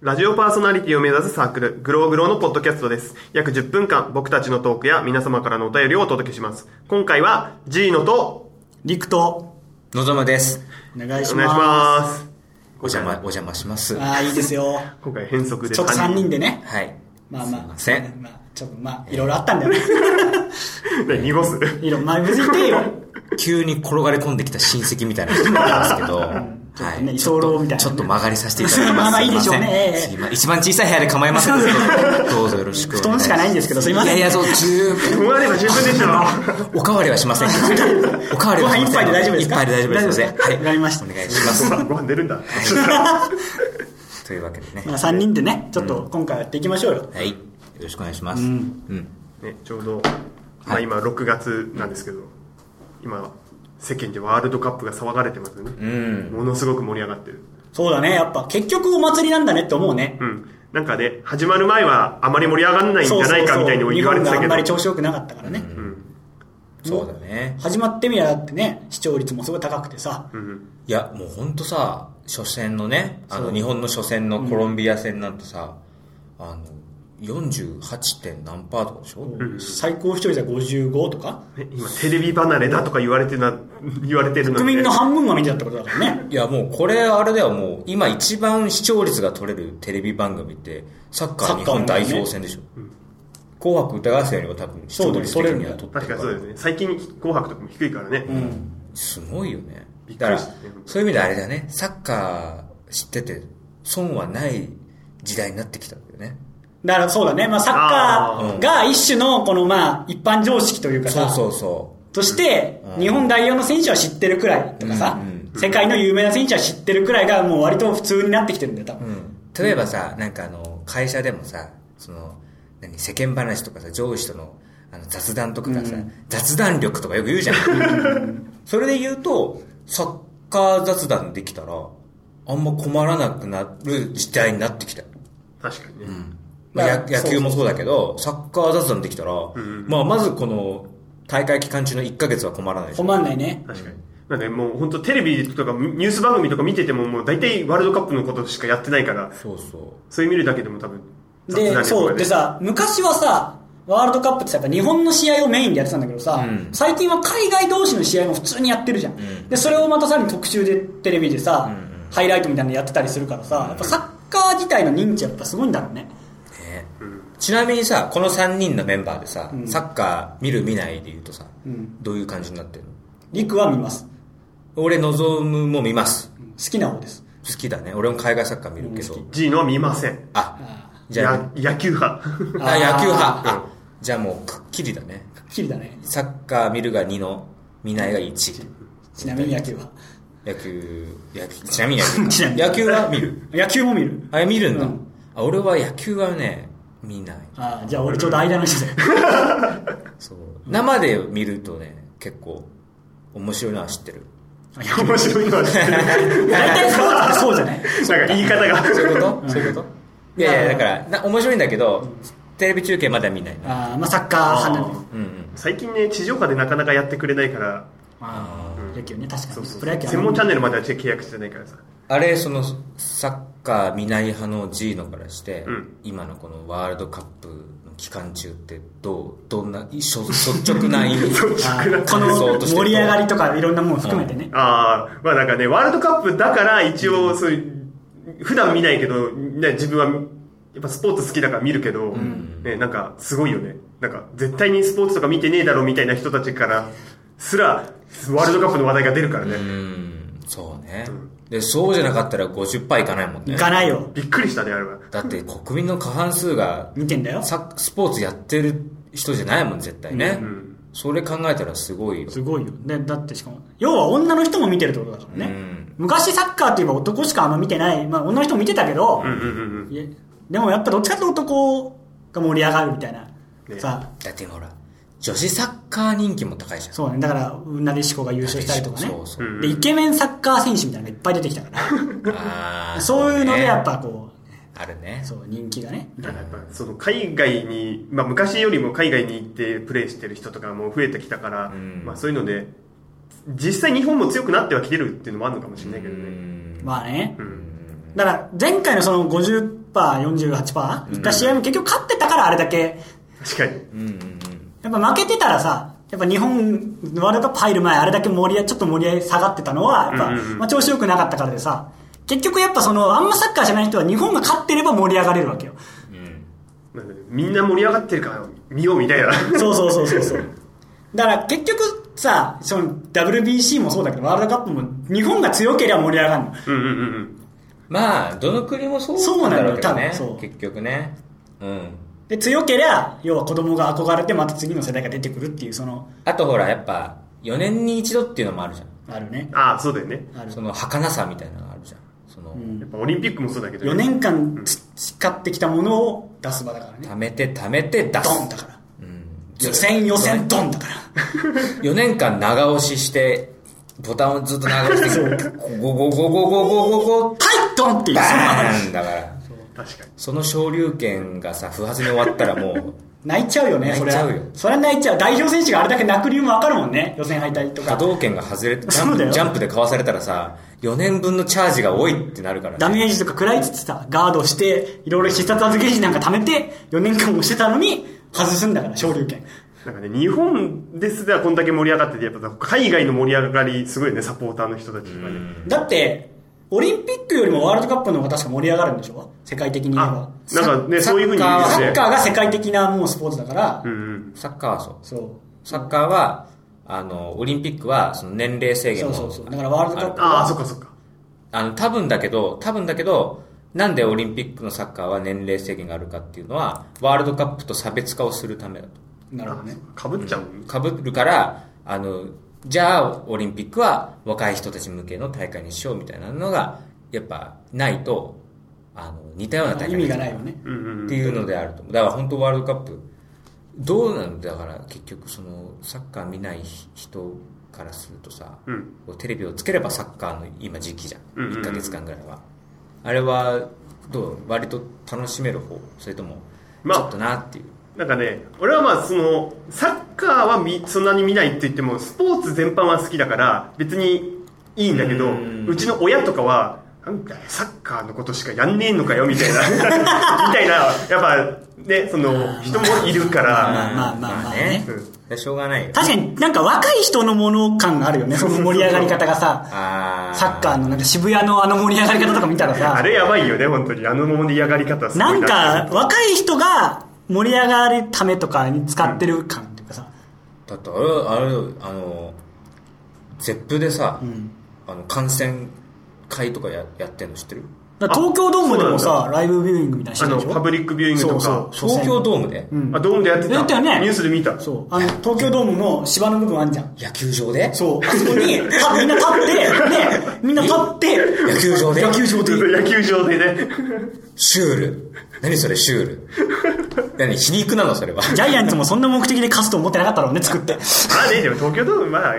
ラジオパーソナリティを目指すサークル、グローグローのポッドキャストです。約10分間、僕たちのトークや皆様からのお便りをお届けします。今回は、ジーノと、リクと、のぞむです。お願いします。お願いします。お邪魔、お邪魔します。ああ、いいですよ。今回変則でちょっと3人でね。はい。まあすいまあ。ません。まあ、ちょっとまあ、いろいろあったんだよね。 で濁す。いろ、まあ、別に言っていいよ。急に転がり込んできた親戚みたいな人なんですけど、はね い。ちょっ居候と、みたいなねちょっと曲がりさせていただきます。 まあまあいいでしょうねすいません一番小さい部屋で構いませんのでどうぞよろしくお願 いします。布団しかないんですけどすいませんいやいや、そう、十こ分。こまでが十分でしょ。おかわりはしませんけど。おかわりはしまご飯せん。一杯で大丈夫ですか一杯で大丈夫です大丈夫ですかはい。わかりましたお願いしまごす。飯、ご飯出るんだ。というわけでね。まあ、3人でね、ちょっと今回やっていきましょうよ。はい。よろしくお願いします。うん。ね、ちょうど、まあ今6月なんですけど、今、世間でワールドカップが騒がれてますよね。うん。ものすごく盛り上がってる。そうだね、やっぱ、結局お祭りなんだねって思うねう。ん。なんかね、始まる前はあまり盛り上がらないんじゃないかみたいにも日言われ本てがたあけんどまり、調子良くなかったからね。そうだね。始まってみりゃだってね、視聴率もすごい高くてさ。うん、いや、もうほんとさ、初戦のね、あその、う日本の初戦のコロンビア戦なんてさ、あの、48. 点何パーとかでしょ、最高視聴率は55とかね今テレビ離れだとか言われてな、言われてるのに国ね民の半分が見てたってことだからね。いや、もうこれ、あれだよ、もう、今一番視聴率が取れるテレビ番組って、サッカー日本代表戦でしょ、紅白歌合戦よりも多分視聴率的には取って確かるかにら。そうですね。最近、紅白とかも低いからね。すごいよねびっ。くだかりらしたね、そういう意味であれだね、サッカー知ってて、損はない時代になってきたんだよね。だからそうだね、まあ、サッカーが一種のこのまあ一般常識というかそさうそうそう。としてうん日本代表の選手は知ってるくらいとかさ、うん世界の有名な選手は知ってるくらいがもう割と普通になってきてるんだよ多分、例えばさ、なんかあの、会社でもさ、その、何、世間話とかさ、上司とのあの雑談とかがさ、雑談力とかよく言うじゃん。それで言うと、サッカー雑談できたら、あんま困らなくなる時代になってきたよ。確かにね。まあ、やまあ野球もそうだけど、サッカー雑談できたら、まあ、まずこの、大会期間中の1ヶ月は困らないでしょ困んないね確かに。なんかもう本当テレビとかニュース番組とか見ててももう大体ワールドカップのことしかやってないから、そうそそれ見るだけでも多分、雑談力がでねそうで、さ昔はさワールドカップってさやっぱ日本の試合をメインでやってたんだけどさ、ん最近は海外同士の試合も普通にやってるじゃん、でそれをまたさらに特集でテレビでさ、ハイライトみたいなのやってたりするからさ、やっぱサッカー自体の認知やっぱすごいんだろうねう。ねちなみにさ、この3人のメンバーでさ、サッカー見る見ないで言うとさ、んどういう感じになってるの陸は見ます俺望むも見ます好きな方です好きだね俺も海外サッカー見るけど、 G のは見ません。あじゃあや野球派。 ああー野球派あじゃあもうくっきりだねくっきりだねサッカー見るが2の見ないが1ちなみに野球は野球野球ちなみに野ち球なみにか野球は見る野球も見るあれ見るんだ、うんあ俺は野球はね見ないああじゃあ俺ちょうど間の人で そう生で見るとね結構面白いのは知ってる面白いのは知ってる。大体そうだねそうじなんかゃない言い方が。そういうことそういうこといやいやだからな面白いんだけどテレビ中継まだ見ないなああまあサッカー派なんでうんうん最近ね、地上波でなかなかやってくれないから、ああ野球ね確かそうにそうプロ野球は専門チャンネルまでは契約してないからさ。あれ、その、サッカー見ない派の G のからして、うん今のこのワールドカップの期間中って、どう、どんな、一緒 率直 な印象ああこの盛り上がりとかいろんなもの含めてねああ、まあなんかね、ワールドカップだから一応そういう、普段見ないけど、ね、自分は、やっぱスポーツ好きだから見るけど、ね、なんかすごいよね。なんか絶対にスポーツとか見てねえだろみたいな人たちからすら、ワールドカップの話題が出るからね。うん、そうね。で、そうじゃなかったら50%いかないもんね行。かないよびっくりしたね、あれは。だって国民の過半数が、見てんだよサッスポーツやってる人じゃないもん、絶対ね。それ考えたらすごいよ。すごいよでだってしかも要は女の人も見てるってことだからうねん昔サッカーといえば男しかあんま見てないまあ女の人も見てたけどうんうんうんうん。いやでもやっぱどっちかというと男が盛り上がるみたいなねさだってほら、女子サッカー人気も高いじゃん。そうねだからなでしこが優勝したりとかねそうそう。でイケメンサッカー選手みたいなのがいっぱい出てきたかあらーそういうのでねやっぱこあるねう。そう人気がねだからやっぱその海外に、まあ、昔よりも海外に行ってプレーしてる人とかも増えてきたから、んまあ、そういうので実際日本も強くなってはきてるっていうのもあるのかもしれないけどね、まあねうんだから、前回のその50%、48%いった試合も結局勝ってたからあれだけ、確かに。やっぱ負けてたらさ、やっぱ日本、ワールドカップ入る前、あれだけ盛り上ちょっと盛り上げ下がってたのは、やっぱ、うんうんうんまあ、調子良くなかったからでさ、結局やっぱその、あんまサッカーじゃない人は日本が勝ってれば盛り上がれるわけよ。なんでみんな盛り上がってるから見ようみたいな。そうそうそうそうそう。だから結局さ、その WBC もそうだけど、ワールドカップも日本が強ければ盛り上がるの。うんうんうんうん。まあ、どの国もそうなんだろうけどねそうなんだよ多分そう。結局ね。うん。で、強ければ、要は子供が憧れてまた次の世代が出てくるっていう、その、あとほら、やっぱ、4年に一度っていうのもあるじゃあるね。ああ、そうだよね。あん。るその、儚さみたいなのがあるじゃん。その、やっぱオリンピックもそうだけど。 4年間培ってきたものを出す場だからね。貯めて貯めて出す。ドンだから。うん。予選予選ドンだから。 4年間長押しして、ボタンをずっと長押してきて、ゴゴゴゴゴゴゴゴゴ、はい、ドンっていう。バーンだから。確かに。その昇竜拳がさ、不発に終わったらもう、泣いちゃうよね、それは泣いちゃうよそれは泣いちゃう。代表選手があれだけ泣く理由もわかるもんね。予選敗退と 波か。動拳が外れて、ジャそうだンよプジャンプでかわされたらさ、4年分のチャージが多いってなるからね。ダメージとか食らいつつさ、ガードして、いろいろ必殺技ゲージなんか貯めて、4年間もしてたのに、外すんだから、昇竜拳。なんかね、日本ですらこんだけ盛り上がってて、やっぱ海外の盛り上がり、すごいよね、サポーターの人たちとかね。だって、オリンピックよりもワールドカップの方が確か盛り上がるんでしょ世界的に言えばあ。、なんかね、サッそういうふうにサ言うッよサッね。カーが世界的なもうスポーツだから、うんうん。サッカーはそう。そう。サッカーは、あの、オリンピックは、その年齢制限そも。うそうそう。だからワールドカップああ、はそっかそっか。あの、多分だけど、多分だけど、なんでオリンピックのサッカーは年齢制限があるかっていうのは、ワールドカップと差別化をするためだと。なるほどね。かぶっちゃうもん。かぶるから、あの、じゃあ、オリンピックは若い人たち向けの大会にしようみたいなのが、やっぱ、ないと、あの、似たような大会意味がないよね。うんうん。っていうのであると思う。だから本当ワールドカップ、どうなんだだから結局そのサッカー見ない人からするとさ、うんこうテレビをつければサッカーの今時期じゃん。うんうんうん1ヶ月間ぐらいは。あれは、どう割と楽しめる方それとも、ちまあょっとなっていう。なんかね、俺はまあその、サッカーはみそんなに見ないって言っても、スポーツ全般は好きだから、別にいいんだけど、うんうちの親とかは、なんかサッカーのことしかやんねえのかよみたいな、み たいな、やっぱね、その、人もいるかまあら、まあまあまあね。うんしょうがないよ。確かになんか若い人のもの感があるよね、その盛り上がり方がさ。あサッカーのなんか渋谷のあの盛り上がり方とか見たらあさ、れやばいよね、本当に。あの盛り上がり方すごいなんか若い人が盛り上がるためとかに使ってる感っていうかさ、だってあれ、あれ、あの、ゼップでさ、あの、感染会とかややってんの知ってるだから東京ドームでもあそうさ、ライブビューイングみたいなしてあるの、でしょパブリックビューイングとか、そうそう東京ドームで、うんあドームでやってたやったよねニュースで見た。そう。あの、東京ドームの芝の部分あんじゃん。野球場でそう。あそこに、たみんな立って、ね、みんな立って、野球場で野球場で。野球場でね。シュール。何それ、シュー ル。何、皮肉なの、それは。ジャイアンツもそんな目的で勝つと思ってなかったろうね、作って。まあね、でも東京ドーム、まあ、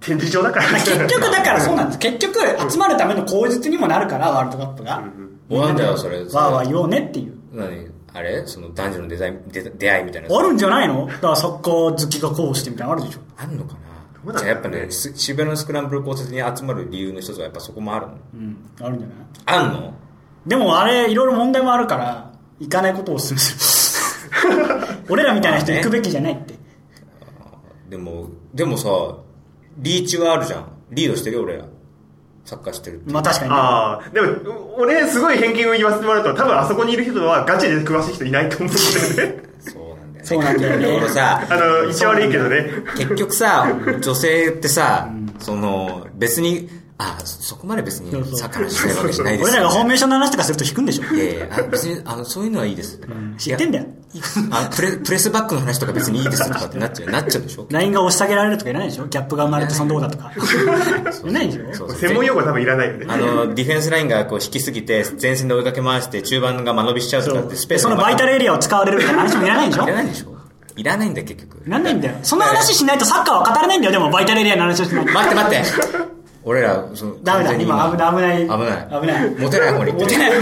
展示場だから。結局だからそうなんです。結局、集まるための口実にもなるから、ワールドカップが。なんだよ、それ。 わーわー言おうねっていう。何あれその男女のデザイン出出会いみたいな。あるんじゃないのだからサッカー好きがこうしてみたいなのあるでしょ。あんのかうななんだろうねじゃあやっぱね、す渋谷のスクランブル交差点に集まる理由の一つはやっぱそこもあるの。うん、あるんじゃないあんのでもあれ、いろいろ問題もあるから、行かないことをお勧めす る。俺らみたいな人行くべきじゃないって。でも、でもさ、リーチはあるじゃん。リードしてるよ、俺ら。サッカーしてるって。まあ確かにね。ああ、でも、俺、すごい偏見を言わせてもらうと、多分あそこにいる人はガチで詳しい人いないと思うんだよね。そうなんだよね。そうなんだよね いろいろさ、あの、一応悪いけどね。結局さ、女性ってさ、その、別に、あ、そそこまで別にそうそうサッカーの話してるわけじゃないです俺らがフォーメーションの話とかすると引くんでしょ。いやいや、あ別に、あの、そういうのはいいです。知ってんだよ。いやあプレ、プレスバックの話とか別にいいですとかってなっ ちゃう、なっちゃうでしょ LINE が押し下げられるとかいらないでしょギャップが生まれてそのどうだとか。いないでしょそうそう専門用語は多分いらないよね。あの、ディフェンスラインがこう引きすぎて、前線で追いかけ回して、中盤が間延びしちゃうとかって、スペースそのがバイタルエリアを使われるみたいな話もいらないでしょいらないでしょいらないんだよ、結局。いらないんだよ。その話しないとサッカーは語れないんだよ、でもバイタルエリアの話をしないと。待って待って。俺ら、その、ダメだ、完全に今危ない、危ない。危ない。危ない。モテない方に行ってるモテない。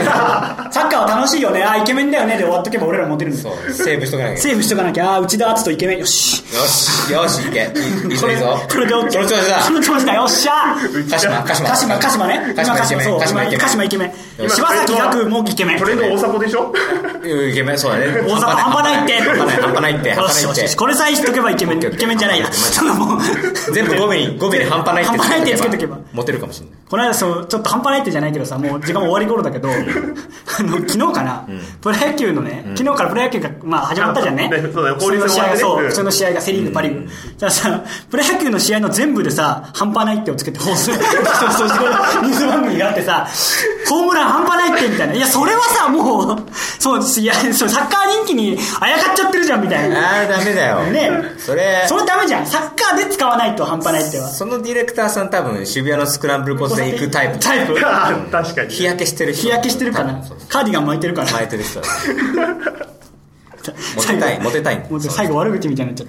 サッカカは楽しいよね。あ、イケメンだよね。で終わっとけば俺らモテるんですそよ。う、セーブしとかなきゃいけない。セーフしとかなきゃ、あ、内田篤人イケメン。よし。よし、よし、いけ。いいいいこぞ、いれ、いぞ。これで OK。その調子だそ。の調子だ。よっしゃ。鹿島、鹿島。鹿島、鹿島ね。鹿島イケメン。鹿鹿島島そうイケメン。鹿島イケメよン。し柴崎岳もイケメン。トレンド大迫でしょイケメン、そうだね。大阪半端ないって。半端ない、半端ないって。半よ端しなよしいよっし。これさえ知っとけばイケメン。イケメンじゃないや。そのもう。て。全部語尾に、語尾に半端ないって。半端ないってつけとけば。モテるかもしれない。この間そうちょっと半端ないってじゃないけどさもう時間も終わり頃だけどあの昨日かな、プロ野球のね、昨日からプロ野球が、まあ、始まったじゃんねあそうだよ交流普通の試合戦終わってねそううん普通の試合がセ・リーグパ・リーグ、じゃあさプロ野球の試合の全部でさ半端ないってをつけて放送そうそうそうニュース番組があってさホームラン半端ないってみたいないやそれはさもうそういやそうサッカー人気にあやかっちゃってるじゃんみたいなあー、ダメだよ。ねそれ、それダメじゃんサッカーで使わないと半端ないってはそのディレクターさん多分、渋谷のスクランブル交差点行くタイプ。タイプあ確かに。日焼けしてる人日焼けしてるかなそうそうカーディガン巻いてるかな巻いてる人だ。モテたい、モテたいんだもう最後悪口みたいになっ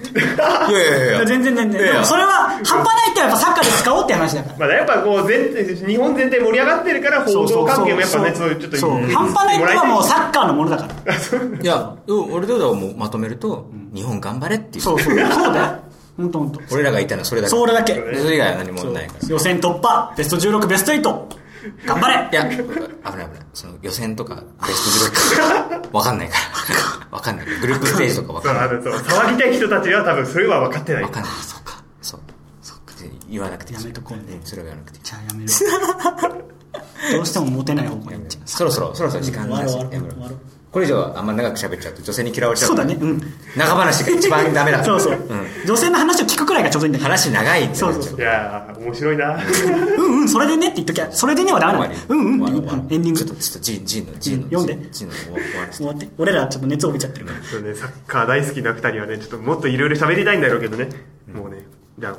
ちゃっいやいやいやたいや。全然全然いやでもそれは半端ないってやっぱサッカーで使おうって話だからまあね、やっぱこう全体、日本全体盛り上がってるから、報道関係もやっぱね、そういうちょっと、そううん半端ないってのはもうサッカーのものだからいや、うん俺どうだろうもうまとめると、日本頑張れっていう。そうそうそうだよ本当本当俺らが言いたいのはそれだけ。それだけそれ以外は何もないから。予選突破ベスト16ベスト8頑張れいや、危ない危ない。その予選とか、ベスト16とか、わかんない から。わかんない。グループステージとかわそかうんなあい。のそう騒ぎたい人たちは多分それは分かってないわ。かんない。そうか。そう。そうか。言わなくていい。やめとこうねんそれは言わなくていい。じゃあやめるどうしてもモテない方向に行っちゃうそろそろ、そろそろ時間だし終わろう終わろうやめろ終わろうこれ以上あんま長く喋っちゃうと女性に嫌われちゃそう。うだねうん。長話が一番ダメだ から。そうそう、ん。女性の話を聞くくらいがちょうどいいんだから話長いってなっちゃそうそうそういやー、面白いな。うんうんそれでねって言っときゃそれでねはダメなの終うわりんうんっ終てわ言うり終わりエンディンちょっグとちょっと G, G の G の読んで G の終わ終わらせ終てわって俺らちょっと熱帯びちゃってるからそうね、サッカー大好きな二人はね、ちょっともっといろいろ喋りたいんだろうけどね。もうね、じゃあ、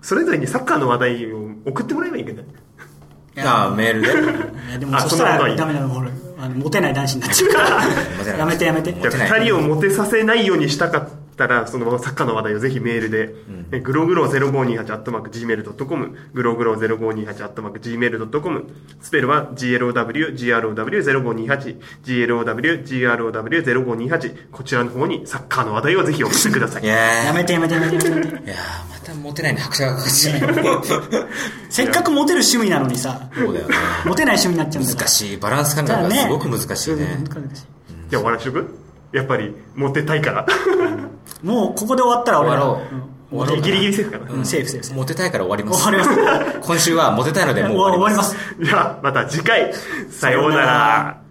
それぞれにサッカーの話題を送ってもらえばいいけどね。ああメー ルでいやでもあそしそたんなことはいらいダメなの俺あのモテない男子になっちゃうからやめてやめてモじテゃないあ、二人をモテさせないようにしたかったら、そのサッカーの話題をぜひメールで、えグログロ0528アットマーク Gmail.com、グログロ0528アットマーク Gmail.com、スペルは GLOWGROW0528、GLOWGROW0528、こちらの方にサッカーの話題をぜひ送ってくださいい。や やめてやめてやめてやめてーいやーまたモテないの拍車がかかっちゃうせっかくモテる趣味なのにさそうだよねモテない趣味になっちゃうんだから難しいバランス感覚がすごく難しいねそう難しいじゃあ終わらしとくやっぱり、 モテたいから。もうここで終わったら俺ら終わろう終わろうギリギリセーフかな。うんうんセーフセーフセーフモテたいから終わります終わります今週はモテたいのでもう 終わりますじゃあ、また次回、さようなさようならら。